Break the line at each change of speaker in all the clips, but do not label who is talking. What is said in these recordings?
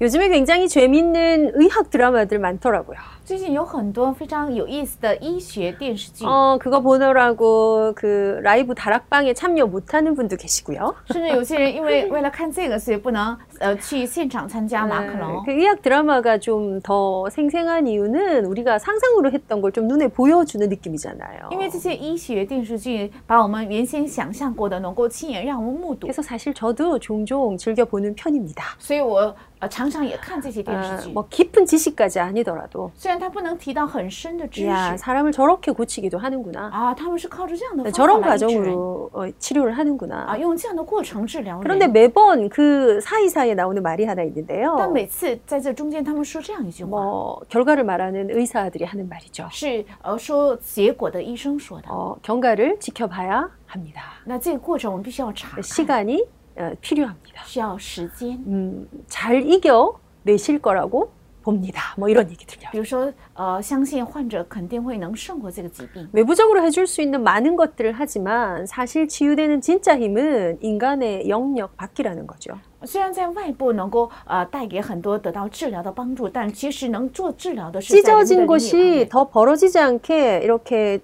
요즘에 굉장히 재밌는 의학 드라마들 많더라고요.
最近有很多非常有意思的医学电视剧，
어, 그거 보느라고 그 라이브 다락방에 참여 못하는 분도 계시고요.
甚至有些人因为 为了看这个，所以不能呃去现场参加马克
네,
龙
그 。 의학 드라마가 좀 더 생생한 이유는 우리가 상상으로 했던 걸 좀 눈에 보여주는 느낌이잖아요.
因为这些医学电视剧把我们原先想象过的能够亲眼让我们目睹，
그래서 사실 저도 종종 즐겨 보는 편입니다.
所以我呃常常也看这些电视
아,
剧。
뭐 깊은 지식까지 아니더라도
虽然它不能提到很深的知
야
识
사람을 저렇게 고치기도 하는구나. 네,
啊，他们是靠着这样的方
저런
法来医治人
과정으로 어, 치료를
啊，
하는구나.
用这样的过程治疗
그런데
人。
매번 그 사이사이에 나오는 말이 하나 있는데요.
但每次在这中间，他们说这样一句话，
뭐 결과를 말하는 의사들이 하는 말이죠.
是呃说结果的医生说的。
어, 경과를 지켜봐야 합니다.
那这个过程我们必须要查看，
시간이 어, 필요합니다.
需要时间。
음, 잘 이겨 내실 거라고 봅니다. 뭐 이런 얘기들요.
比如说，呃，相信患者肯定会能胜过这个疾病。
외부적으로 해줄 수 있는 많은 것들을 하지만 사실 치유되는 진짜 힘은 인간의 영역 밖이라는 거죠.
虽然在外部能够呃带给很多得到治疗的帮助，但其实能做治疗的是在人的
찢어진
领域
것이
里
더 벌어지지 않게 이렇게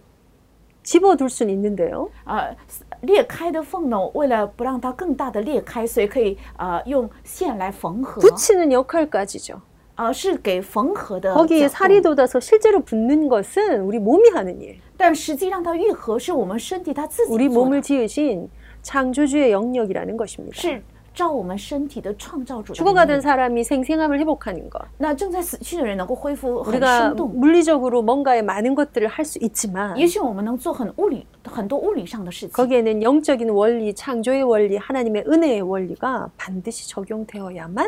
집어둘 수는 있는데요.
呃裂开的缝呢，为了不让它更大的裂开，所以可以呃用线来缝合，
붙이는 역할까지죠.
呃是给缝合的
거기에
角度
살이 돋아서 실제로 붙는 것은 우리 몸이 하는 일.
但实际让它愈合是我们身体它自己
우리
做的
몸을 지으신 창조주의 영역이라는 것입니다.
是照我们身体的创造主的能力。
죽어가던 사람이 생생함을 회복하는 것.
那正在死去的人能够恢复很
우리가
生动，
물리적으로 뭔가의 많은 것들을 할 수 있지만
也许我们能做很物理很多物理上的事情。
거기에는 영적인 원리, 창조의 원리, 하나님의 은혜의 원리가 반드시 적용되어야만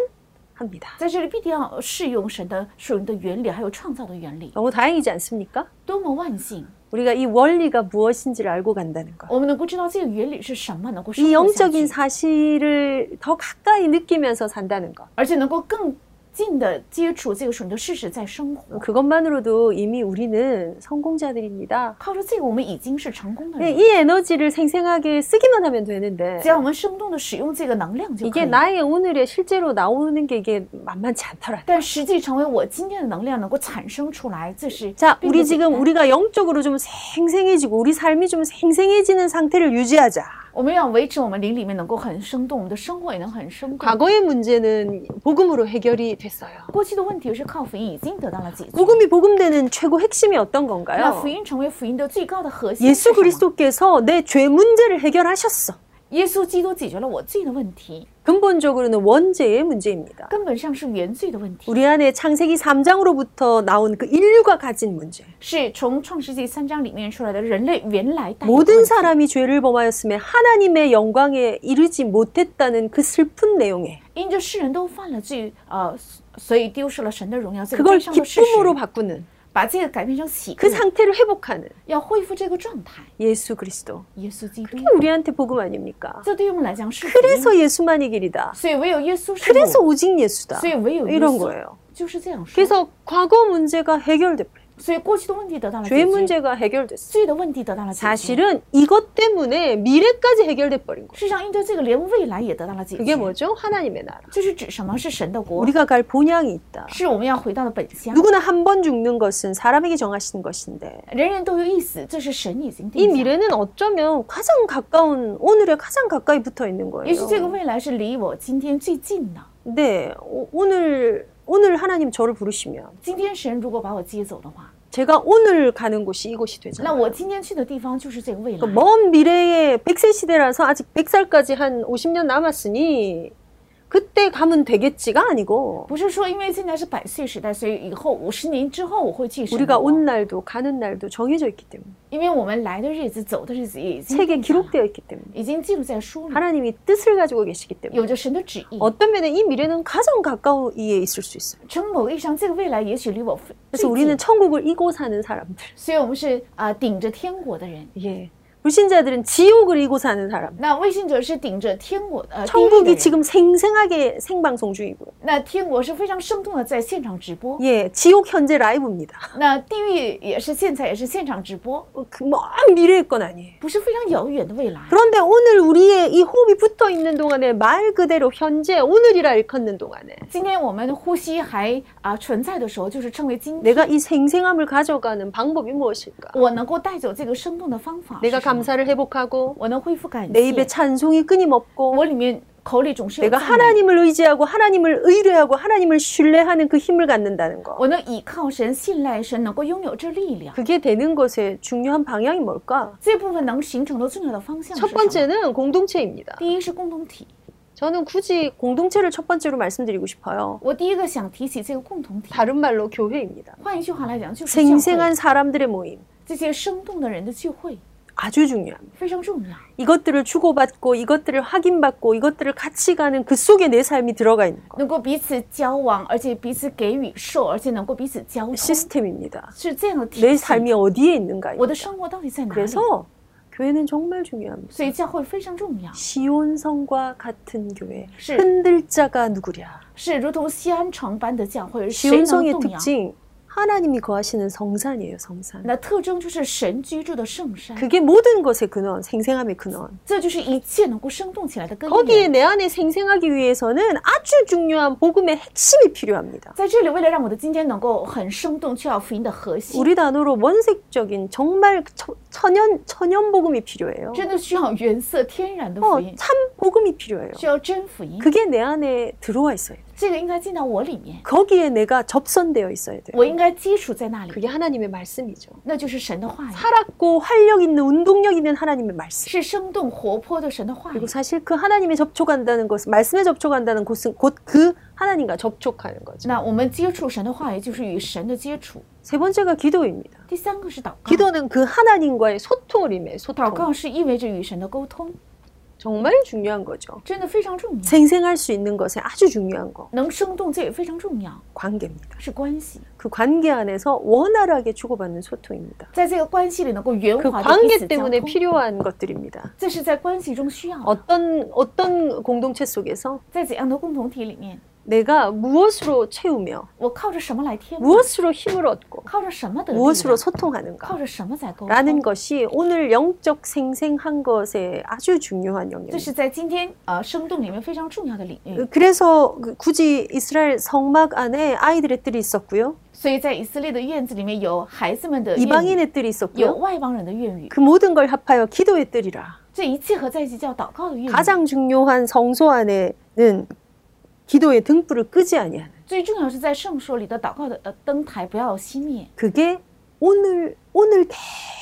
합니다.
在这里必定要适用神的属灵的原理，还有创造的原理。
너무 다행이지 않습니까?
多么万幸，
우리가 이 원리가 무엇인지를 알고 간다는 것.
我们能够知道这个原理是什么，能够生
이
活下
영적인
去，
사실을 더 가까이 느끼면서 산다는 것.
而且能够更近的接触这个属灵的事实，在生活。
그것만으로도 이미 우리는 성공자들입니다.
靠着这个，我们已经是成功的
네,
人。
이 에너지를 생생하게 쓰기만 하면 되는데
只要我们生动的使用这个能量就可
이게
以。
나의 오늘에 실제로 나오는 게 이게 만만치 않더라.
但实际成为我今天的能量能够产生出来，这是
자,
并不
우리
简
지금
单
우리가 영적으로 좀 생생해지고 우리 삶이 좀 생생해지는 상태를 유지하자.
我们要维持我们灵里面能够很生动，我们的生活也能很生动。
과거의 문제는 복음으로 해결이 됐어요.
过去的问题是靠福音已经得到了解决。
복음이 복음되는 최고 핵심이 어떤
那
건가요?
福音成为福音的最高的核心是什
예수
么？
그리스도께서 내 죄 문제를 해결하셨어.
耶稣基督解决了我罪的问题，
근본적으로는 원죄의 문제입니다.
根本上啊是原罪的问题，
우리 안에 창세기 3장으로부터 나온 그 인류가 가진 문제.
是从创世纪三章里面出来的人类原来带有的
모든
问题
사람이 죄를 범하였음에 하나님의 영광에 이르지 못했다는 그 슬픈 내용에
因着世人都犯了罪，呃，所以丢失了神的荣耀，这个
그걸
悲伤的事实，
기쁨으로 바꾸는
把这个改变成喜
그
乐，
상태를 회복하는
要恢复这个状态。
예수 그리스도.
耶稣基督，
우리한테 복음 아닙니까?
这对于我们来讲是福音，
그래서 예수만이 길이다.
所以唯有耶稣是
그래서
我，
오직 예수다.
所以唯有耶
이런
稣
거예요.
就是这样说。
그래서 과거 문제가 해결됐어요.
所以过去的问题得到了
죄
解决，
문제가 해결됐어요.
罪的问题得到了解决。
사실은 이것 때문에 미래까지 해결돼 버린 거예요.
世上因着这个，连未来也得到了解
그게
决。
뭐죠? 하나님의 나라.
这是指什么？是神的国，
우리가 갈 본향이 있다.
是我们要回到的本乡。
누구나 한 번 죽는 것은 사람에게 정하신 것인데
人人都有一死，这是神已经
이
定下。
미래는 어쩌면 가장 가까운 오늘에 가장 가까이 붙어 있는
也许这个
거예요.
未来是离我今天最近的。
네, 오- 오늘 오늘 하나님 저를 부르시면
今天神如果把我接走的话，
제가 오늘 가는 곳이 이곳이
那
되잖아요.
我今天去的地方就是这个未
그
来。
먼 미래에 100세 시대라서 아직 100살까지 한 50년 남았으니 그때 가면 되겠지가 아니고
不是说因为现在是百岁时代，所以以后五十年之后我会去神的
우리가
国
온 날도 가는 날도 정해져 있기 때문에
因为我们来的日子、走的日子也已经
책에
定下了
기록되어 있기 때문에
已经记录在书里，
하나님이 뜻을 가지고 계시기
有
때문에
着神的旨意。
어떤 면에 이 미래는 가장 가까이에 있을 수 있어요.
从某个意义上，这个未来也许离我非
그래서
最近
우리는 천국을 이고 사는 사람들.
所以我们是啊、呃顶着天国的人。
예. 불신자들은 지옥을 이고 사는 사람.
那卫信者是顶着天国呃地狱的
천국이
人
지금 생생하게 생방송 중이고요.
那天国是非常生动的在现场直播，
예, 지옥 현재 라이브입니다.
那地狱也是现在也是现场直播，
어, 그먼 미래의 건 아니에요.
不是非常遥远的未来。
그런데 오늘 우리의 이 호흡이 붙어 있는 동안에 말 그대로 현재 오늘이라 일컫는 동안에
今天我们呼吸还啊、存在的时候，就是称为今天。
내가 이 생생함을 가져가는 방법이 무엇일까?
我能够带走这个生动的方法是
내가
什么，
감사를 회복하고
我能恢复感
내 입에
谢，
찬송이 끊임없고
我里面口里总是有
내가
赞美
하나님을 의지하고 하나님을 의뢰하고 하나님을 신뢰하는 그 힘을 갖는다는 거.
我能依靠神、信赖神，能够拥有这力量。
그게 되는 것의 중요한 방향이 뭘까?
这部分能形成的重要的方向是
첫
什么？
번째는 공동체입니다.
第一是共同体，
저는 굳이 공동체를 첫 번째로 말씀드리고 싶어요.
我第一个想提起这个共同体。
다른 말로 교회입니다.
换一句话来讲，就是教会
생생한 사람들의 모임
这些生动的人的聚会
아주 중요합니다.
非常重要。
이것들을 주고받고 이것들을 확인받고 이것들을 같이 가는 그 속에 내 삶이 들어가 있는 것.
能够彼此交往，而且彼此给予受，而且能够彼此交通，
시스템입니다.
是这样的体
내
系。
삶이 어디에 있는가.
我的生活到底在哪里？
그래서 교회는 정말 중요합니다.
所以教会非常重要，
시온성과 같은 교회.
是
흔들 자가 누구랴.
是如同西安城般的教会，谁能
시온성의
动摇？
특징 하나님이 거하시는 성산이에요. 성산.
那特征就是神居住的圣山，
그게 모든 것의 근원, 생생함의 근원.
这就是一切能够生动起来的根
거기에
源。
내 안에 생생하기 위해서는 아주 중요한 복음의 핵심이 필요합니다.
在这里，为了让我的今天能够很生动，却要福音的核心，
우리 단어로 원색적인 정말 처- 천연 천연 복음이 필요해요.
真的需要原色天然的福音
어 ，참 복음이 필요해요.
需要真福音。
그게 내 안에 들어와 있어요.
这个应该进到我里面，
거기에 내가 접선되어 있어야 돼요.
我应该基础在那里，
뭐, 그게 하나님의 말씀이죠.
那就是神的话语。
살았고 활력 있는 운동력 있는 하나님의 말씀.
是生动活泼的神的话语
그리고 。 사실 그 하나님에 접촉한다는 것은 말씀에 접촉한다는 것은 곧 그 하나님과 접촉하는 거죠.
那我们接触神的话语，就是与神的接触。
세 번째가 기도입니다.
第三个是祷告，
기도는 그 하나님과의 소통을 임해
祷
소통.
告是意味着与神的沟通，
정말 중요한 거죠.
真的非常重要，
생생할 수 있는 것에 아주 중요한 거
能生动这也非常重要，
관계입니다.
是关系，
그 관계 안에서 원활하게 주고받는 소통입니다.
在这个关系里能够圆
그
滑的哦彼
관계
此交
때문에
通，
필요한 것들입니다.
这是在关系中需要的，
어떤 어떤 공동체 속에서
在怎样的共同体里面，
내가 무엇으로 채우며
我靠着什么来填满，
무엇으로 힘을 얻고
靠着什么得力量
무엇으로
靠
소통하는가
着什么在沟
라는
通，
것이 오늘 영적 생생한 것에 아주 중요한
这
영역입니다.
是在今天呃生动里面非常重要的领域。
그래서 그- 굳이 이스라엘 성막 안에 아이들의 뜰이 있었고요.
所以在以色列的院子里面有孩子们的愿语，
이방인의 뜰이
有
있었고요.
外邦人的愿语。
그 모든 걸 합하여 기도의 뜰이라.
这一切合在一起叫祷告的愿语。
가장 중요한 성소 안에는 기도의 등불을 끄지 아니하는
最重要是在圣所里的祷告的呃灯台不要熄灭，
그게 오늘 오늘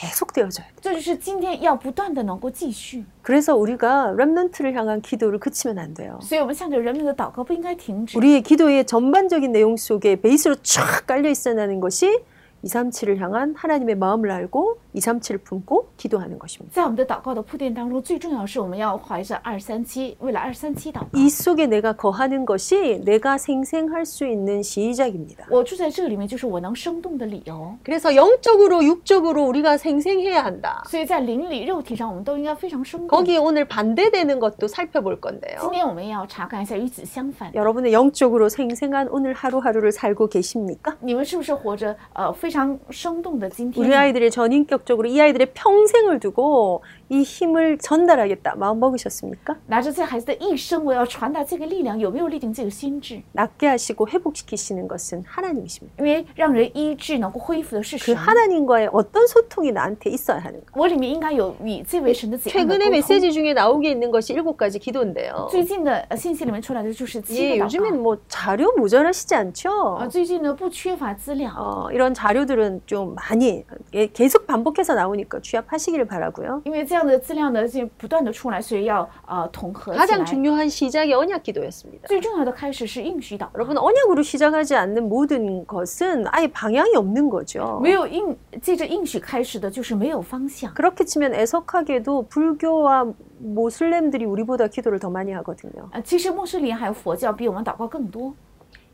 계속 되어져야 돼.
这就是今天要不断的能够继续。
그래서 우리가 렘넌트를 향한 기도를 그치면 안 돼요.
所以我们向着人民的祷告不应该停止。
우리의 기도의 전반적인 내용 속에 베이스로 쫙 깔려 있어야 하는 것이 237을 향한 하나님의 마음을 알고 237을 품고 기도하는 것입니다.
在我们的祷告的铺垫当中，最重要的是我们要怀着二三七，为了二三七祷告。
이 속에 내가 거하는 것이 내가 생생할 수 있는 시작입니다.
我住在这里面，就是我能生动的理由。
그래서 영적으로 육적으로 우리가 생생해야 한다.
所以在灵里、肉体上，我们都应该非常生动。
거기에 오늘 반대되는 것도 살펴볼
今
건데요.
天我们也要查看一下与此相反，
여러분은 영적으로 생생한 오늘 하루하루를 살고 계십니까?
你们是不是活着呃非常生动的今
우리
天？
아이들의 전인격적으로 이 아이들의 평생을 두고 이 힘을 전달하겠다 마음 먹으셨습니까?
拿着这孩子的一生，我要传达这个力量，有没有立定这个心智？
낫게 하시고 회복시키시는 것은 하나님이십니다.
因为让人医治能够恢复的是
그
神，
하나님과의 어떤 소통이 나한테 있어야 하는가?
我里面应该有与这位神的怎样的
최근에
沟通？
메시지 중에 나오게 있는 것이 일곱 가지 기도인데요.
最近的呃信息里面出来的就是七
예,
个祷
요즘엔 뭐 자료 모자라시지
告啊，
않죠?
最近呢不缺乏资料，
어, 이런 자료들은 좀 많이 예, 계속 반복해서 나오니까 취합하시기를 바라고요.
因为这样的资料呢就不断的出来，所以要呃统合起
가장
来。
중요한 시작이 언약 기도였습니다.
最重要的开始是应许祷告，
여러분 언약으로 시작하지 않는 모든 것은 아예 방향이 없는 거죠.
没有应借着应许开始的就是没有方向。
그렇게 치면 애석하게도 불교와 뭐
呃
모슬렘들이 우리보다 기도를 더 많이 하거든요.
啊，其实穆斯林还有佛教比我们祷告更多，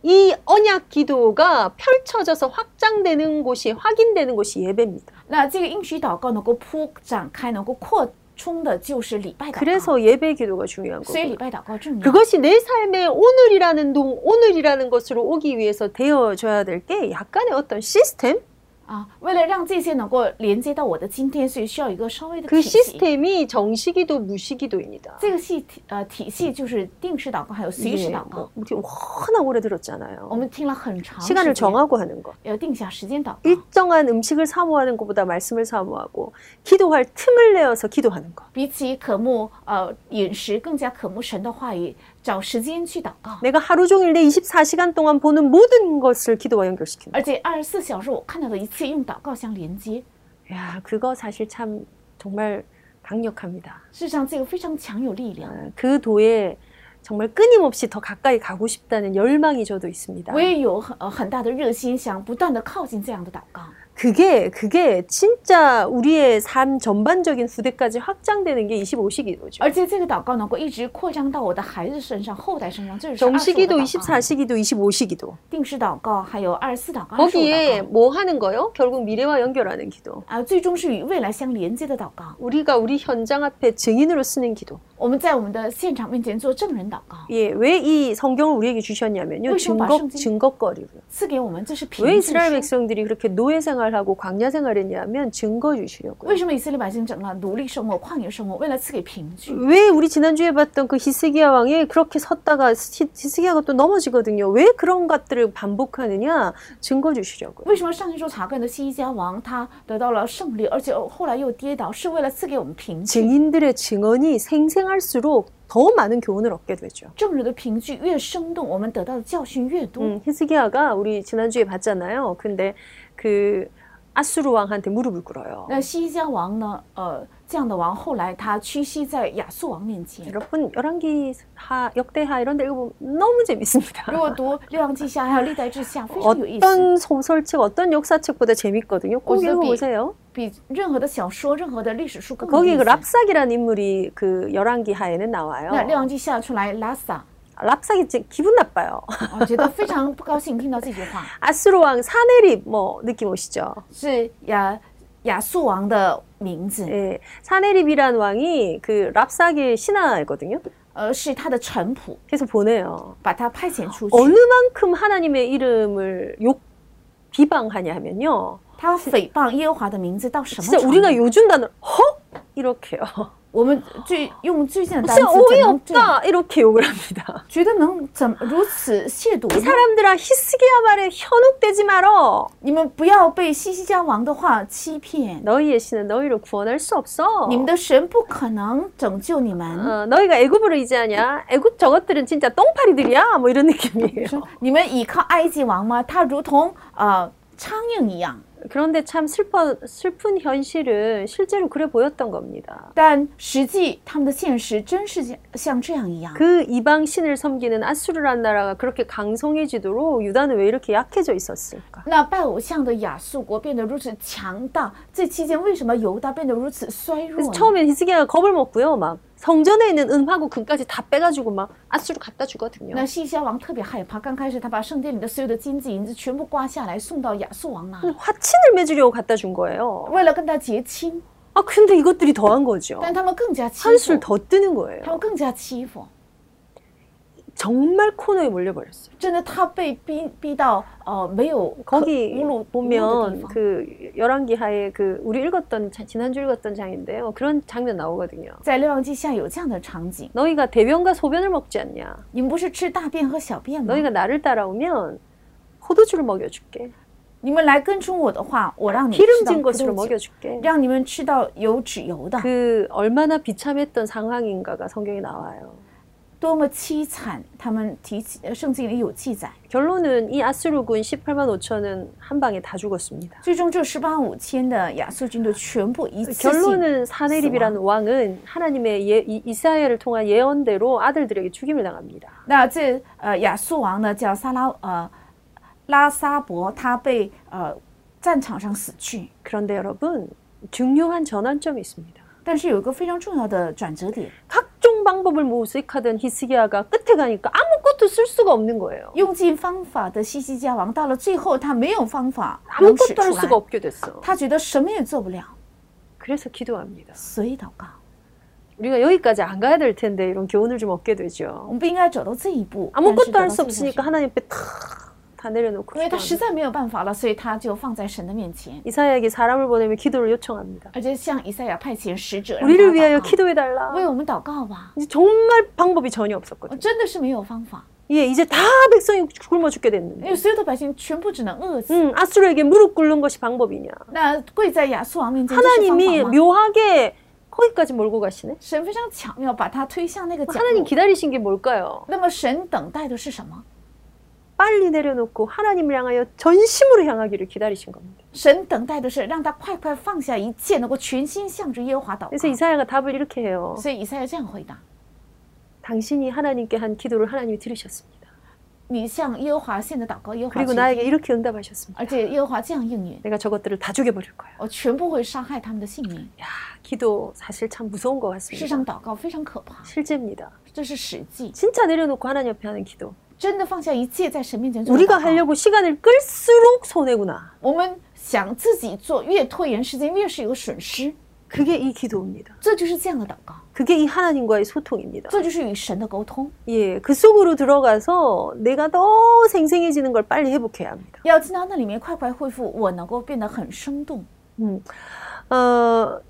이 언약 기도가 펼쳐져서 확장되는 곳이 확인되는 곳이 예배입니다.
那这个应许祷告能够铺展开、能够扩充的，就是礼拜祷告。
그래서 예배 기도가 중요한
所以礼
거고
拜祷告重要。
그것이 내 삶의 오늘이라는 동 오늘이라는 것으로 오기 위해서 되어줘야 될 게 약간의 어떤 시스템
啊，为了让这些能够连接到我的今天，所以需要一个稍微的
그
体系。
시스템이 정시기도 무시기도입니다.
这个系体呃体系就是定时祷告，还有随时
예,
祷告。
뭐, 이렇게 워낙 오래
我
들었잖아요.
们听了很长时
시간을
间，
정하고 하는 거.
要定下时间祷告，
일정한 음식을 사모하는 것보다 말씀을 사모하고 기도할 틈을 내어서 기도하는 거.
比起渴慕呃饮食，更加渴慕神的话语，找时间去祷告。
내가 하루 종일 내 24시간 동안 보는 모든 것을 기도와 연결시키는
而且二十四小时我看到的一切用祷告相连接，
거. 아. 야, 그거 사실 참 정말 강력합니다.
事实上这个非常强有力量。
그 도에 정말 끊임없이 더 가까이 가고 싶다는 열망이 저도 있습니다.
我也有很呃很大的热心，想不断的靠近这样的祷告。
그게 그게 진짜 우리의 삶 전반적인 후대까지 확장되는 게 25시기도죠.
而且这个祷告能够一直扩张到我的孩子身上、后代身上，这是二十
정시기도,
祷告、
24시기도, 25시기도.
定时祷告，还有二十四祷告、二十五
거기에
祷告
뭐 하는 거요? 결국 미래와 연결하는 기도.
啊，最终是与未来相连接的祷告。
우리가 우리 현장 앞에 증인으로 쓰는 기도.
我们在我们的现场面前做证人祷告，
예, 왜 이 성경을 우리에게 주셨냐면요.
왜 정말
증거
성경이-
증거거리고요.
赐给我们这是凭
왜
据
이스라엘
是。
백성들이 그렇게 노예 생활하고 광야 생활했냐면 증거
为
주시려고요.
什么以色列百姓整了奴隶生活、旷野生活？为了赐给凭据。
왜 우리 지난주에 봤던 그 히스기야 왕이 그렇게 섰다가 히- 히스기야가 또 넘어지거든요. 왜 그런 것들을 반복하느냐? 증거 주시려고요.
为什么上一周查看的西西家王他得到了胜利，而且后来又跌倒，是为了赐给我们凭据。
증인들의 증언이 생생할수록 더 많은 교훈을 얻게 되죠.
证人的凭据越生动，我们得到的教训越多。
음, 히스기야가 우리 지난주에 봤잖아요. 근데 그 아수르 왕한테 무릎을 꿇어요.
那西家王呢？呃，这样的王后来他屈膝在亚述王面前。
여러분 열왕기 하 역대하 이런 데 읽으면 너무
如
재밌습니다.
果读《六王记下》还有《历代志下》，非常有意 思，
어떤 소설책, 어떤 역사책보다 재밌거든요. 꼭
어차피-
읽어보세요.
比任何的小说、任何的历史书更有
거기
意
그
思。
랍삭이라는 인물이 그 열왕기 하에는
那《六
나와요.
王记下》出来，拉萨，
랍삭이 진- 기분 나빠요.
我觉得非常不高兴听到这句话，
아수르 왕 사네립 뭐 느낌 오시죠?
是亚亚述王的名字，
예, 사네립이란 왕이 그 랍삭의 신하거든요.
呃，是他的臣仆，
그래서 보내요.
把他派遣出去，
어느 만큼 하나님의 이름을 욕 비방하냐 하면요.
他诽谤耶和华的名字到什么
진짜
程度？
우리가 요즘 단어 헉 이렇게요.
我们最用最近的单词
진짜
怎么能这样？
어이없다 이렇게 욕을 합니다.
觉得能怎么如此亵渎
이
呢？
사람들아 히스기야 말에 현혹되지 말어.
你们不要被西西家王的话欺骗，
너희의 신은 너희를 구원할 수 없어.
你们的神不可能拯救你们。
어, 너희가 애굽으로 이제하냐? 애굽 저것들은 진짜 똥파리들이야. 뭐 이런 느낌이에요.
说你们倚靠埃及王吗？他如同呃苍蝇一样。
그런데 참 슬퍼 슬픈 현실은 실제로 그래 보였던 겁니다.
但实际他们的现实真是像像这样一样。
그 이방 신을 섬기는 아수르란 나라가 그렇게 강성해지도록 유다는 왜 이렇게 약해져 있었을까?
那拜偶像的亚述国变得如此强大，这期间为什么犹大变得如此衰
그래서
弱呢？
처음엔 히스기야가 겁을 먹고요. 막 성전에 있는 은하고 금까지 다 빼가지고 막 아수르 갖다 주거든요.
那西西家王特别害怕，刚开始他把圣殿里的所有的金子银子全部刮下来送到亚述王那里，
화친을 맺으려고 갖다 준 거예요.
为了跟他结亲，
아 근데 이것들이 더한 거죠.
但他们更加欺
한술
负，
더 뜨는 거예요.
他们更加欺负。
정말 코너에 몰려버렸어요.
真的，他被逼逼到呃没有可
거기
无路无路的地
보면
方。
그 열왕기하에 그 우리 읽었던 자- 지난주 읽었던 장인데요. 어, 그런 장면 나오거든요.
在《六王记下》有这样的场景：
너희가 대변과 소변을 먹지 않냐?
你们不是吃大便和小便吗？
너희가 나를 따라오면 포도주를 먹여줄게.
你们来跟从我的话，我让你们吃到
기름진
葡
것으로
萄酒，
먹여줄게.
让你们吃到有脂油的。
그 얼마나 비참했던 상황인가가 성경에 나와요.
多么凄惨！他们提起呃圣经里有记载，
결론은 이 아수르군 18만 5천은 한 방에 다 죽었습니다.
最终这十八五千的亚述军队全部一次性。
결론은 사네립이라는 왕은 하나님의 예, 이- 이사야를 통한 예언대로 아들들에게 죽임을 당합니다.
那这呃亚述王呢叫撒拉呃拉撒伯，他被呃战场上死去。
그런데 여러분 중요한 전환점이 있습니다.
但是有一个非常重要的转折点。
각종 방법을 모색하던 히스기야가 끝에 가니까 아무것도 쓸 수가 없는 거예요.
用尽方法的西西家王到了最后，他没有方法能使
아무것도
出
할
来
수가 ， 없게 됐어.
他觉得什么也做不了，
그래서 기도합니다.
所以祷告。
우리가 여기까지 안 가야 될 텐데 이런 교훈을 좀 얻게
我
되죠.
们不应该走到这一步，啊但是
아무것도
走到
할 수
这一步
없으니까 하나님 앞에 탁다 내려놓고
因为他
네, 기도합니다.
实在没有办法了，所以他就放在神的面前，
이사야에게 사람을 보내며 기도를 요청합니다.
而且向以赛亚派遣使者，让
우리를
他
위하여
祷告
기도해 달라.
为我们祷告吧。
이제 정말 방법이 전혀
我
없었거든요.
真的是没有方法，
예, 이제 다 백성이 굶어 죽게
因
됐는데.
为所有的百姓全部只能饿死。
음, 아수르에게 무릎 꿇는 것이 방법이냐.
那跪在亚述王面前，这是方
하나님이
法吗？
묘하게 거기까지 몰고 가시네.
神非常巧妙，把他推向那个角
하나님
落。
기다리신 게 뭘까요?
那么神等待的是什么？
빨리 내려놓고 하나님을 향하여 전심으로 향하기를 기다리신 겁니다.
神等待的是让他快快放下一切，能够全心向着耶和华祷
그래서
告。
이사야가 답을 이렇게 해요.
所以以赛亚这样回答：
당신이 하나님께 한 기도를 하나님이 들으셨습니다.
你向耶和华献的祷告，耶和华
그리고
垂听
나에게 이렇게 응답하셨습니다.
而且耶和华这样应允，
내가 저것들을 다 죽여버릴 거야.
我全部会杀害他们的性命。
야, 기도 사실 참 무서운 것
世
같습니다.
上祷告非常可怕，
실제입니다.
这是实际。
진짜 내려놓고 하나님 앞에 하는 기도.
真的放下一切，在神面前做祷
우리가
告。
하려고 시간을 끌수록 손해구나.
我们想自己做，越拖延时间，越是有损失。
그게 이 기도입니다.
这就是这样的祷告，
그게 이 하나님과의 소통입니다.
这就是与神的沟通。
예, 그 속으로 들어가서 내가 더 생생해지는 걸 빨리 회복해야 합니다.
要进到那里面，快快恢复，我能够变得很生动。
음. 어,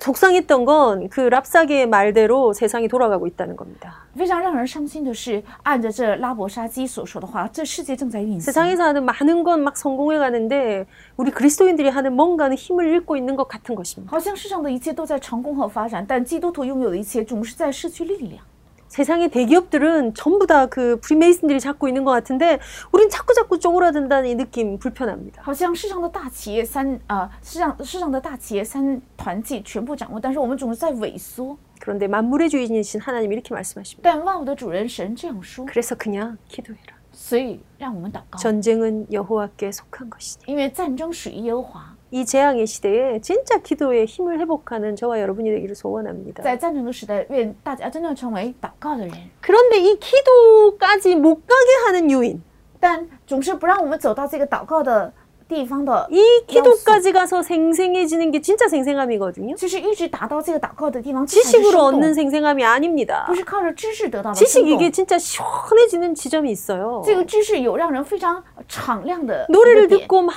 속상했던 건 그 랍사게의 말대로 세상이 돌아가고 있다는 겁니다.
非常让人伤心的是，按着这拉伯沙基所说的话，这世界正在运行。
세상에서 하는 많은 건 막 성공해 가는데 우리 그리스도인들이 하는 뭔가는 힘을 잃고 있는 것 같은 것입니다.
好像世上的一切都在成功和发展，但基督徒拥有的一切总是在失去力量。
세상의 대기업들은 전부 다 그 프리메이슨들이 잡고 있는 것 같은데 우린 자꾸자꾸 쪼그라든다는 이 느낌 불편합니다.
好像世上的大企业三啊、世上世上的大企业三团体全部掌握，但是我们总是在萎缩。
그런데 만물의 주인이신 하나님이 이렇게 말씀하십니다.
但万物的主人神这样说，
그래서 그냥 기도해라.
所以让我们祷告，
전쟁은 여호와께 속한 것이니.
因为战争属于耶和华。
이 재앙의 시대에 진짜 기도의 힘을 회복하는 저와 여러분이 되기를 소원합니다.
在战争的时代，愿大家真正成为祷告的人。
그런데 이 기도까지 못 가게 하는 요인,
但总是不让我们走到这个祷告的地方的，
이 기도까지 가서 생생해지는 게 진짜 생생함이거든요.
就是一直达到这个祷告的地方，这才是
지식으로
生
얻는
动，
생생함이 아, 그렇죠. 아닙니다. 그렇죠.
不是靠着知识得到的生
지식
动
이게 。 진짜 시원해지는 지점이 있어요.
这个知识有让人非常敞亮的一
노래를
个点
듣고 막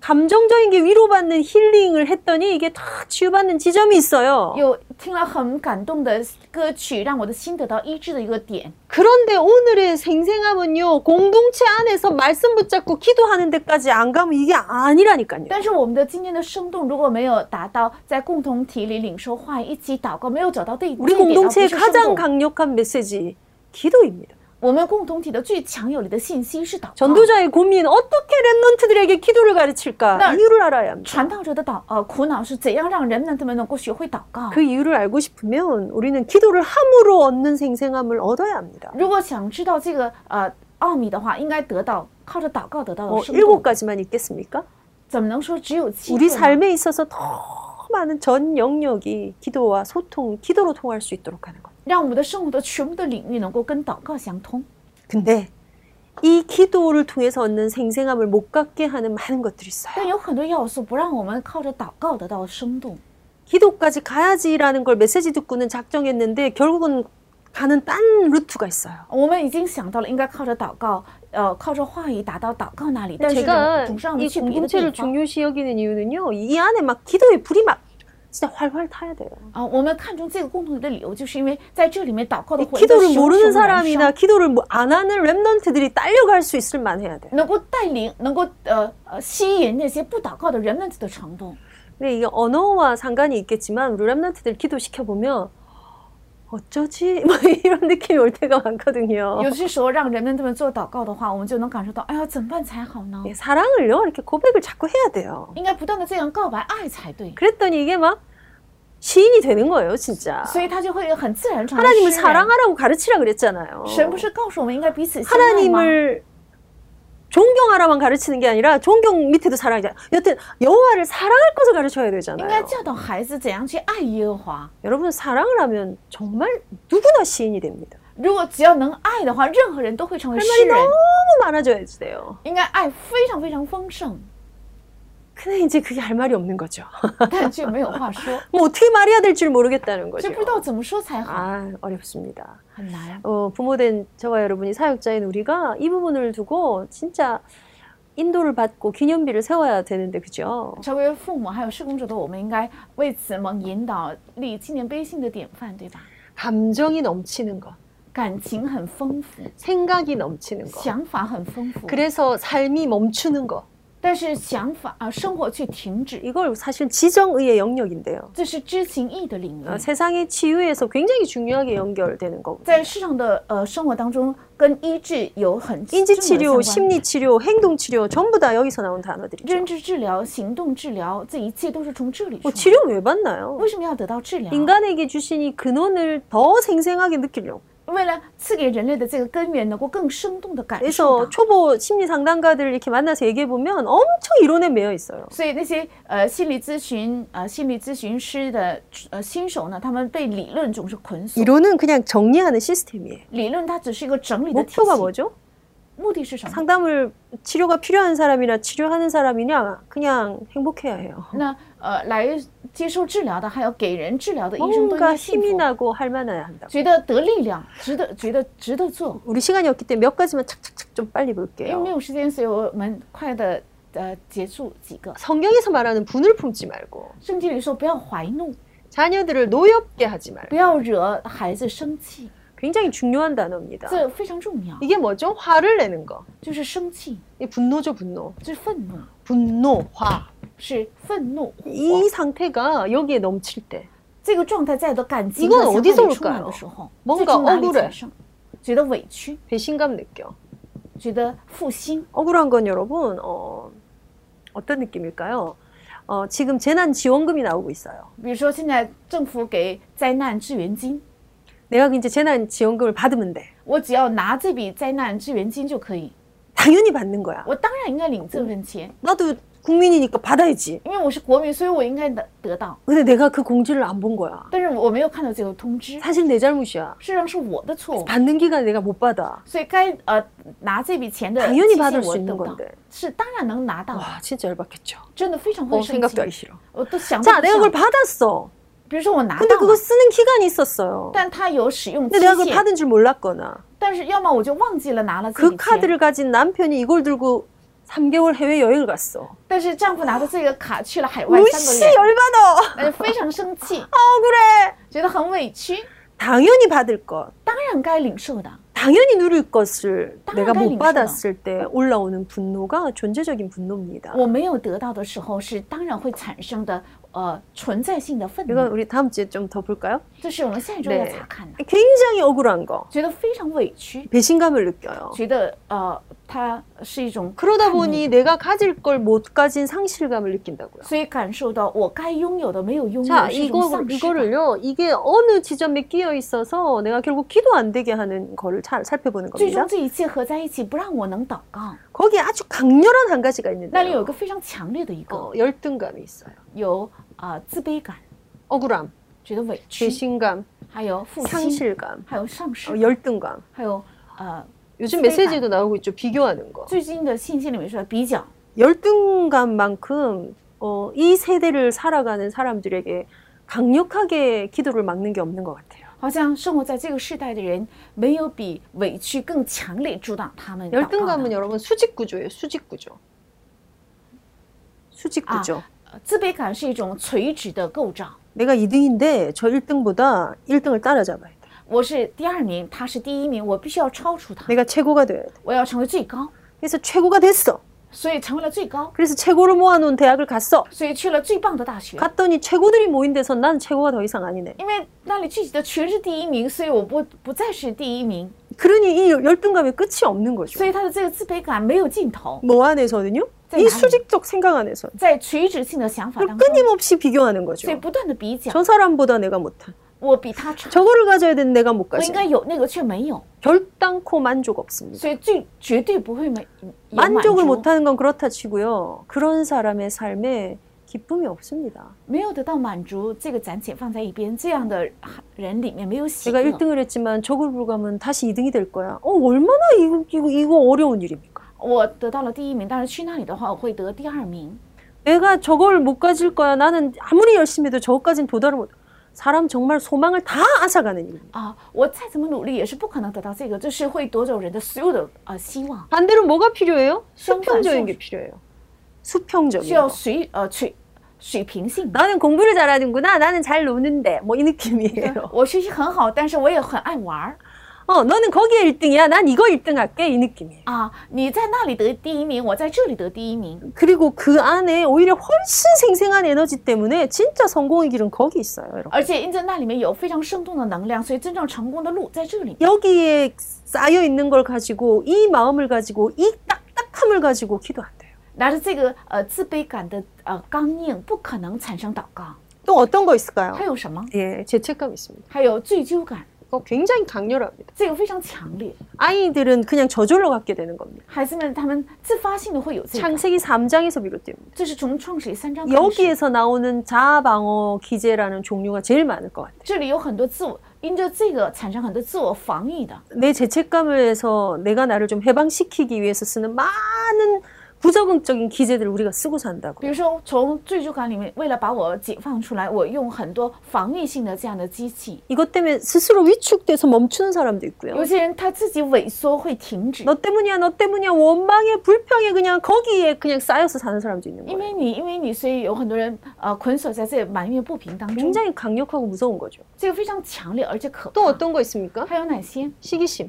감정적인 게 위로받는 힐링을 했더니 이게 다 치유받는 지점이 있어요.
有听了很感动的歌曲，让我的心得到医治的一个点。
그런데 오늘의 생생함은요 공동체 안에서 말씀 붙잡고 기도하는 데까지 안 가면 이게 아니라니까요.
但是我们的今天的生动如果没有达到在共同体里领受话语、一起祷告，没有找到对
우리
这一点，啊而不
공동체의
是生
가장
动。
강력한 메시지 기도입니다.
我们共同体的最强有力的信息是祷告。
전도자의 고민 어떻게 랩런트들에게 기도를 가르칠까
나-
이유를 알아야 합니다.
传道者的祷呃苦恼是怎样让人们他们能够学会祷告？
그 이유를 알고 싶으면 우리는 기도를 함으로 얻는 생생함을 얻어야 합니다.
如果想知道这个呃奥秘的话，应该得到靠着祷告得到
뭐
的生动。
일곱 가지만 있겠습니까?
怎么能说只有七
우리
个呢？
삶에 있어서 더 많은 전 영역이 기도와 소통, 기도로 통할 수 있도록 하는 겁니다.
让我们的生活的全部的领域能够跟祷告相通。
근데 이 기도를 통해서 얻는 생생함을 못 갖게 하는 많은 것들이 있어요.
但有很多要素不让我们靠着祷告得到生动。
기도까지 가야지라는 걸 메시지 듣고는 작정했는데 결국은 가는 딴 루트가 있어요.
我们已经想到了应该靠着祷告，呃，靠着话语达到祷告那里，但是呢
제가
总是让我们
이
去别的地
공동체를
方。
중요시 여기는 이유는요. 이 안에 막 기도의 불이 막 진짜 활활 타야 돼요.
啊、我们看重这个共同体的理由，就是因为在这里面祷告的
이
火焰在
기도를
熊
모르는
熊燃烧
사람이나 ， 기도를 뭐- 안 하는 랩넌트들이 딸려갈 수 있을 만해야 돼요.
能够带领，能够呃呃吸引那些不祷告的人们的程度。
근데 이게 언어와 상관이 있겠지만 우리 랩넌트들 기도시켜 보면 어쩌지? 뭐 이런 느낌이 올 때가 많거든요.
有些时候让人们这么做祷告的话，我们就能感受到，哎呀，怎么办才好呢？
예, 사랑을요 이렇게 고백을 자꾸 해야 돼요.
应该不断的这样告白爱才对，
그랬더니 이게 막 시인이 되는 거예요, 진짜.
所以他就会很自然成为
하나님을
诗人。
사랑하라고 가르치라 그랬잖아요.
神不是告诉我们应该彼此相爱吗？
하나님을 존경하라만 가르치는 게 아니라 존경 밑에도 사랑이잖아. 여튼 여호와를 사랑할 것을 가르쳐야
应该
되잖아요.
教导孩子怎样去爱耶和华。
여러분 사랑을 하면 정말 누구나 시인이 됩니다.
如果只要能爱的话，任何人都会成为
할
诗
말이
人。
너무 많아져야 돼요.
应该爱非常非常丰 盛，
근데 이제 그게 할 말이 없는 거죠.
但却没有话 说，
뭐 어떻게 말해야 될 줄 모르겠다는
就啊
거죠.
不知道怎么说才好，
아 어렵습니다.
很难。
어, 부모된 저와 여러분이 사역자인 우리가 이 부분을 두고 진짜 인도를 받고 기념비를 세워야 되는데 그죠?
成为父母还有施工者的我们，应该为此蒙引导，立纪念碑性的典范，对吧？
감정이 넘치는 것,
感情很丰富，
생각이 넘치는 것.
想法很丰富，
그래서 삶이 멈추는 것.
但是想法啊，生活却停止，
이걸 사실 지정의의 영역인데요.
这是知情意的领域，
어, 세상의 치유에서 굉장히 중요하게 연결되는 겁니다.
在世上的呃生活当中，跟医治有很重要的
인지치료,
相关。
심리치료, 행동치료 전부 다 여기서 나온 단어들이죠.
认知治疗、行动治疗，这一切都是从这里出
뭐
来的。
치료 왜 받나요?
为什么要得到治疗？
인간에게 주신 이 근원을 더 생생하게 느끼려고.
为了赐给人类的这个根源能够更生动的感受
그래서
到。
초보 심리 상담가들 이렇게 만나서 얘기해 보면 엄청 이론에 매여 있어요.
所以那些呃心理咨询呃心理咨询师的呃新手呢，他们被理论总是捆锁。
이론은 그냥 정리하는 시스템이에요.
理论它只是一个整理的体系，
목표가 뭐죠?
目的是什么？
상담을 치료가 필요한 사람이나 치료하는 사람이냐 그냥 행복해야 해요.
那呃来接受治疗的，还有给人治疗的医生都应
뭔가
该幸
힘이
福，
나고 할 만해야 한다고.
觉得得力量，值得觉得值得做。
우리 시간이 없기 때문에 몇 가지만 착착착 좀 빨리
因为没
볼게요.
有时间，所以我们快的呃结束几个。
성경에서 말하는 분을 품지 말고
圣经里说不要怀怒，
자녀들을 노엽게 하지 말고
不要惹孩子生气，
굉장히 중요한 단어입니다.
这非常重要，
이게 뭐죠? 화를 내는 거.
就是生气。
이 분노죠, 분노.
是愤怒，
분노, 화.
是愤怒。火
이 상태가 여기에 넘칠 때
这个状态在的感哦情
이건
和想法
어디서
里充满
올까요
的时候，
뭔가
最终哪里
억울해
产生？觉得委屈，
배신감 느껴.
觉得负心。
억울한 건 여러분 어, 어떤 느낌일까요? 어, 지금 재난 지원금이 나오고 있어요.
比如说，现在政府给灾难支援金，
내가 이제 재난 지원금을 받으면 돼.
我只要拿这笔灾难支援金就可以，
당연히 받는 거야.
我当然应该领这份钱，
나도 국민이니까 받아야지.
因为我是国民，所以我应该得得到。
근데 내가 그 공지를 안 본 거야.
但是我没有看到这个通知，
사실 내 잘못이야.
事实上是我的错误，
받는 기간에 내가 못 받아.
所以该呃拿这笔钱的
당연
期
히받을
限
수
我
있는
得到
건데 ，
是当然能拿到，
와, 진짜 열받겠죠.
真的非常会
어
生
생각도 하기
气，
싫어.
我都想不
자
到
내가 그걸 받았어.
比如说我拿
근데
到
그거
了，
쓰는 기간이 있었어요.
但它有使用期
근데 내가 그걸
限，
받은 줄 몰랐거나
但是要么我就忘记了拿了这
그
笔钱，
카드를 가진 남편이 이걸 들고 3개월 해외 여행을 갔어.
但是丈夫拿着这个卡去了海外三个
루시
月，
열받아.
那就非常生气，
억울해.
觉得很委屈，
당연히 받을 것,
当然该领受的，
당연히 누릴 것을
당연히
내가 못
누리죠.
받았을 때 올라오는 분노가 존재적인 분노입니다.
我没有得到的时候是当然会产生的呃存在性的愤
이건
怒，
우리 다음 주에 좀 더 볼까요?
这是我们下一周要
네.
查看的，
굉장히 억울한 거,
觉得非常委屈，
배신감을 느껴요.
觉得呃它是一种，
그러다 보니 내가 가질 걸 못 가진 상실감을 느낀다고요.
所以感受到我该拥有的没有拥有
자,
的是啊一种
이거
丧失感。
이거를요. 이게 어느 지점에 끼어 있어서 내가 결국 기도 안 되게 하는 거를 잘 살펴보는
最
겁니다.
终这一切合在一起，不让我能祷告。
거기에 아주 강렬한 한 가지가
那里有一
있는데요.
个非常强烈的一个
어, 열등감이 있어요.
有啊、呃自卑感，
억울함,
觉得委屈，
배신감,
还有负心，
상실감,
哦还有丧失，
어, 열등감.
还有呃
요즘
스트레스
메시지도 나오고 있죠. 비교하는 거.
最近的信息里面说比较，
열등감만큼 어, 이 세대를 살아가는 사람들에게 강력하게 기도를 막는 게 없는 것 같아요.
好像生活在这个世代的人，没有比委屈更强烈阻挡他们祷告
열등감은
的。
여러분 수직 구조예요. 수직 구조. 수직
아.
구조.
呃自卑感是一种垂直的构造，
내가 2등인데 저 1등보다 1등을 따라잡아야 돼.
我是第二名，他是第一名，我必须要超出他，
내가 최고가 돼야 돼.
我要成为最高，
그래서 최고가 됐어.
所以成为了最高，
그래서 최고를 모아놓은 대학을 갔어.
所以去了最棒的大
예.
学。
갔더니 최고들이 모인 데서 난 최고가 더 이상 아니네.
因为那里聚集的全是第一名，所以我不不再是第一名，
그러니 이 열등감의 끝이 없는 거죠.
所以他的这个自卑感没有尽头。
뭐 안에서는요?
네,
이
나는-
수직적 생각 안에서
在垂直性的想法
그
当中，
끊임없이 비교하는
所以
거죠.
不断的比较，
저 사람보다 내가 못한.
我比他差，
저거를 가져야 되는 내가 못
我
가져.
应该有那个却没有，
결단코 만족 없습니다.
所以最绝对不会没有嗯满
만족을
足，
못하는 건 그렇다 치고요. 그런 사람의 삶에 기쁨이 없습니다.
没有得到满足，这个暂且放在一边。这样的人里面没有喜
제가
乐，
1등을 했지만 저걸 불가면 다시 2등이 될 거야. 어, 얼마나 이거, 이거, 이거 어려운 일입니까?
我得到了第一名，但是去那里的话，我会得第二名。
내가 저걸 못 가질 거야. 나는 아무리 열심히 해도 저것까진 도달을 못. 사람 정말 소망을 다 앗아가는 일입니다.
啊，我再怎么努力也是不可能得到这个，这是会夺走人的所有的呃希望，
반대로 뭐가 필요해요? 수평적인
상관없어요.
게 필요해요. 수평적인
需要
거
水呃水水平性的。
나는 공부를 잘하는구나. 나는 잘 노는데. 뭐 이 느낌이에요.
我学习很好，但是我也很爱玩儿
어, 너는 거기에 1등이야. 난 이거 1등 할게. 이 느낌이에요.
啊！你在那里得第一名，我在这里得第一名，
그리고 그 안에 오히려 훨씬 생생한 에너지 때문에 진짜 성공의 길은 거기 있어요. 여러분.
而且因着那里面有非常生动的能量，所以真正成功的路在这里。
여기에 쌓여 있는 걸 가지고 이 마음을 가지고 이 딱딱함을 가지고 기도 안 돼요.
拿着这个呃自卑感的呃刚硬，不可能产生祷告。
또 어떤 거 있을까요?
还有什么？
예, 죄책감 있습니다.
还有罪疚感，
그거 굉장히 강렬합니다.
这个非常强烈。
아이들은 그냥 저절로 갖게 되는 겁니다.
孩子们他们自发性的会有这个，
창세기 3장에서 비롯됩니다.
这是从创始
어,
三章开始。
여기에서 나오는 자아방어 기제라는 종류가 제일 많을 것 같아요.
这里有很多自我，因着这个产生很多自我防御的，
내 죄책감을 해서 내가 나를 좀 해방시키기 위해서 쓰는 많은 부적응적인 기제들을 우리가 쓰고 산다고.
比如说从罪疚感里面，为了把我解放出来，我用很多防御性的这样的机器。
이것 때문에 스스로 위축돼서 멈추는 사람도
有
있고요.
些人他自己萎缩会停止，
너 때문이야, 너 때문이야, 원망에, 불평에 그냥 거기에 그냥 쌓여서 사는 사람도 있는 거예요.
因为你，因为你，所以有很多人呃捆锁在这埋怨不平当中，
굉장히 강력하고 무서운 거죠.
这个非常强烈而且可
또
怕。
어떤 거 있습니까?
还有哪些
시기심.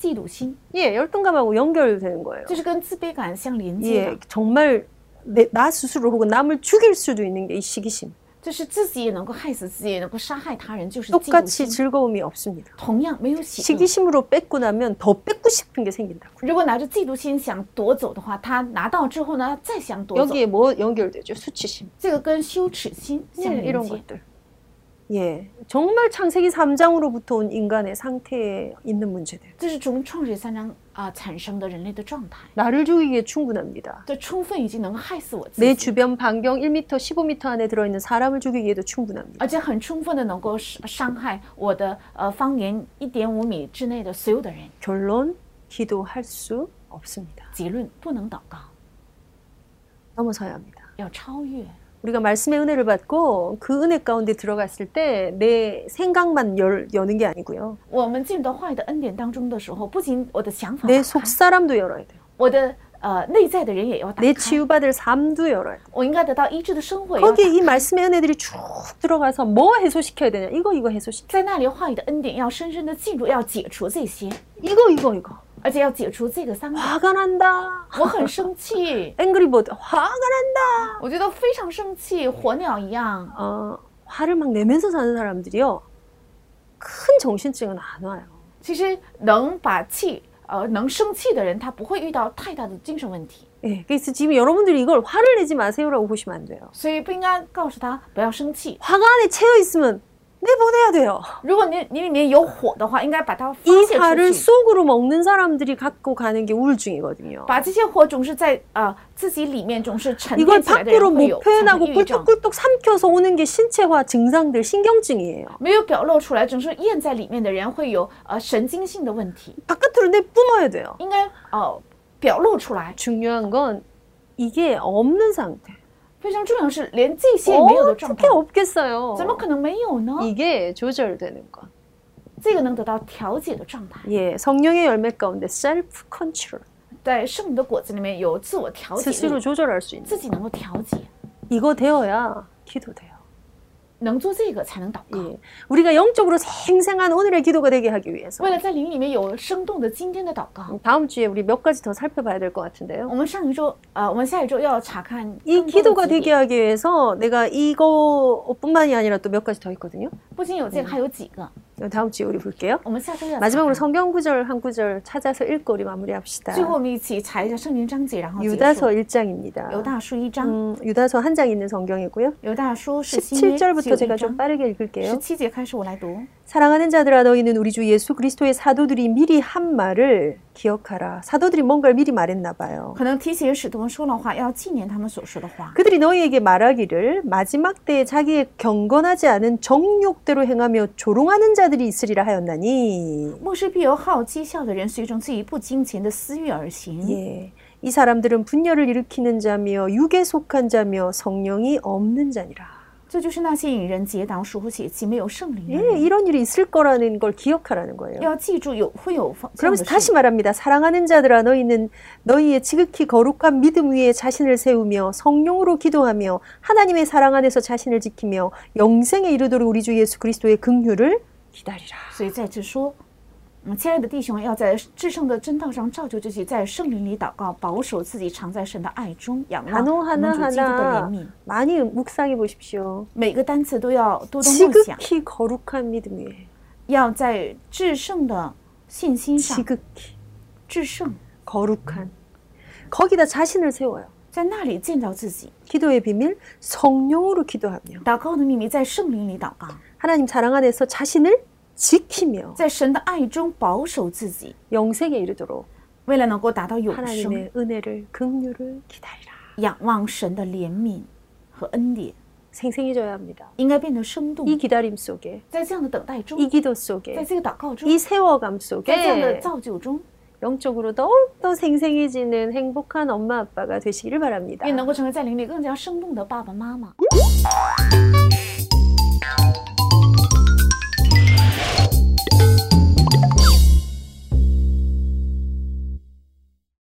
嫉妒心？
예, 열등감하고 연결되는 거예요.
这是跟自卑感相连接的，
예, 정말 내, 나 스스로 혹은 남을 죽일 수도 있는 게 이 시기심.
就是自己也能够害死自己，也能够杀害他人，就是嫉妒
똑같이
心。
즐거움이 없습니다.
同样没有喜乐。
시기심으로 뺏고 나면 더 뺏고 싶은 게 생긴다고.
如果拿着嫉妒心想夺走的话，他拿到之后呢，他再想夺走，
여기에 뭐 연결되죠? 수치심.
这个跟羞耻心
예,
相连
이런
接。
것들. 예, 정말 창세기 3장으로부터 온 인간의 상태에 있는 문제들.
这是从创世三章啊、产生的人类的状态，
나를 죽이기에 충분합니다.
这充分已经能害死我自
내
己，
주변 반경 1m, 15m 안에 들어있는 사람을 죽이기에도 충분합니다.
而且很充分的能够伤伤害我的呃方圆一点五米之内的所有的人。
결론 기도할 수 없습니다.
结论不能祷告，
넘어서야 합니다.
要超越。
우리가 말씀의 은혜를 받고 그 은혜 가운데 들어갔을 때 내 생각만 열, 여는 게 아니고요.
我们进入到话语的恩典当中的时候，不仅我的想法
내
打开，
속사람도 열어야 돼요.
我的呃内在的人也要打
내
开，
치유받을 삶도 열어야 돼요.
我应该得到医治的生活也要打开。
거기에 이 말씀의 은혜들이 쭉 들어가서 뭐 해소시켜야 되냐. 이거 이거 해소시켜.
在那里，话语的恩典要深深的进入，要解除这些，
이거 이거 이거.
而且要解除这个三个。
화가 난다.
我很生气，
앵그리버드 화가 난다.
我觉得非常生气，火鸟一样。
어, 화를 막 내면서 사는 사람들이요. 큰 정신증은 안 와요.
其实能把气，呃，能生气的人，他不会遇到太大的精神问题，
예, 그래서 지금 여러분들이 이걸 화를 내지 마세요라고 보시면 안 돼요.
所以不应该告诉他不要生气。
화가 안에 채여 있으면 내보내야 돼요.
如果你你里面有火的话，应该把它发
이
泄
화를
出去。
속으로 먹는 사람들이 갖고 가는 게 우울증이거든요.
把这些火总是在呃自己里面总是沉
이걸
淀起来的人
밖으로
会有
못
产生
표현하고
抑郁症，
꿀떡꿀떡 삼켜서 오는 게 신체화 증상들, 신경증이에요.
没有表露出来，总是咽在里面的人会有呃神经性的问题，
바깥으로 내뿜어야 돼요.
应该呃表露出来。
중요한 건 이게 없는 상태.
非常重要的是，连这些也没有的状态
어떻게 ， 없겠어요.
怎么可能没有呢？
이게 조절되는 것.
这个能得到调节的状态，
예, 성령의 열매 가운데 self control
在圣灵的果子里面有自我调节
스스로
力，
조절할 수 있는
自己能够调节，
이거 되어야 기도돼요.
能做这个才能祷告。
예, 우리가 영적으로 생생한 오늘의 기도가 되게 하기 위해서
为了在灵里面有生动的今天的祷告，
다음 주에 우리 몇 가지 더 살펴봐야 될 것 같은데요.
我们上一周呃，我们下一周要查看
이
更多的
기도가
几
되게
点，
하기 위해서 내가 이거뿐만이 아니라 또 몇 가지 더 있거든요.
不仅有这个，还有几个
다음 주에 우리 볼게요.
嗯我们下周要查
마지막으로 성경 구절 한 구절 찾아서 읽고 우리 마무리합시다.
最后我们一起查一下圣经章节，然后结束
유다서
犹
1장입니다.
大书一章，
음, 유다서 한 장 있는 성경이고요.
犹大书是新约旧
17절부터
一
제가 좀
章，
빠르게
十
읽을게요.
七节哦开始我来读。
사랑하는 자들아 너희는 우리 주 예수 그리스도의 사도들이 미리 한 말을 기억하라. 사도들이 뭔가를 미리 말했나 봐요.
可能提起使徒们说的话，要纪念他们所说的话。
그들이 너희에게 말하기를 마지막 때에 자기의 경건하지 않은 정욕대로 행하며 조롱하는 자들이 있으리라 하였나니
末世必有好讥笑的人，随从自己不经前的私欲而行。
예. 이 사람들은 분열을 일으키는 자며 육에 속한 자며 성령이 없는 자니라.
这就是那些引人结党、疏忽血气、没有圣灵的
예,
人。
이런 일이 있을 거라는 걸 기억하라는 거예요.
要记住有会有方这样
그러면서
的事
다시 말합니다. 사랑하는 자들아 너희는 너희의 지극히 거룩한 믿음 위에 자신을 세우며 성령으로 기도하며 하나님의 사랑 안에서 자신을 지키며 영생에 이르도록 우리 주 예수 그리스도의 긍휼을 기다리라.
所以在这说，嗯，亲爱的弟兄们，要在至圣的真道上造就自己，在圣灵里祷告，保守自己常在神的爱中，仰望
단어
我们
하나
主基督的怜
하나
悯。
많이 묵상해 보십시오.
每个单词都要多多默想，
지극히 거룩한 믿음 위에
要在至圣的信心上，
지극히
至圣
거룩한 거기다 자신을 세워요.
在那里建造自己。
기도의 비밀 성령으로 기도하며
祷告的秘密在圣灵里祷告，
하나님 사랑 안에서 자신을 지키며
在神的爱中保守自己，
영생에 이르도록
为了能够达到永生，
하나님의 은혜를 긍휼을 기다리라.
仰望神的怜悯和恩典，
생생해져야 합니다.
应该变得生动
이 。 기다림 속에,
在这样的等待中
이 ， 기도
在
속에,
这个祷告中，
이 세워감
在这样的
속에
造就中，
영적으로 더욱더 생생해지는 행복한 엄마 아빠가 되시기를 바랍니다.
也能够成为在灵里更加生动的爸爸妈妈。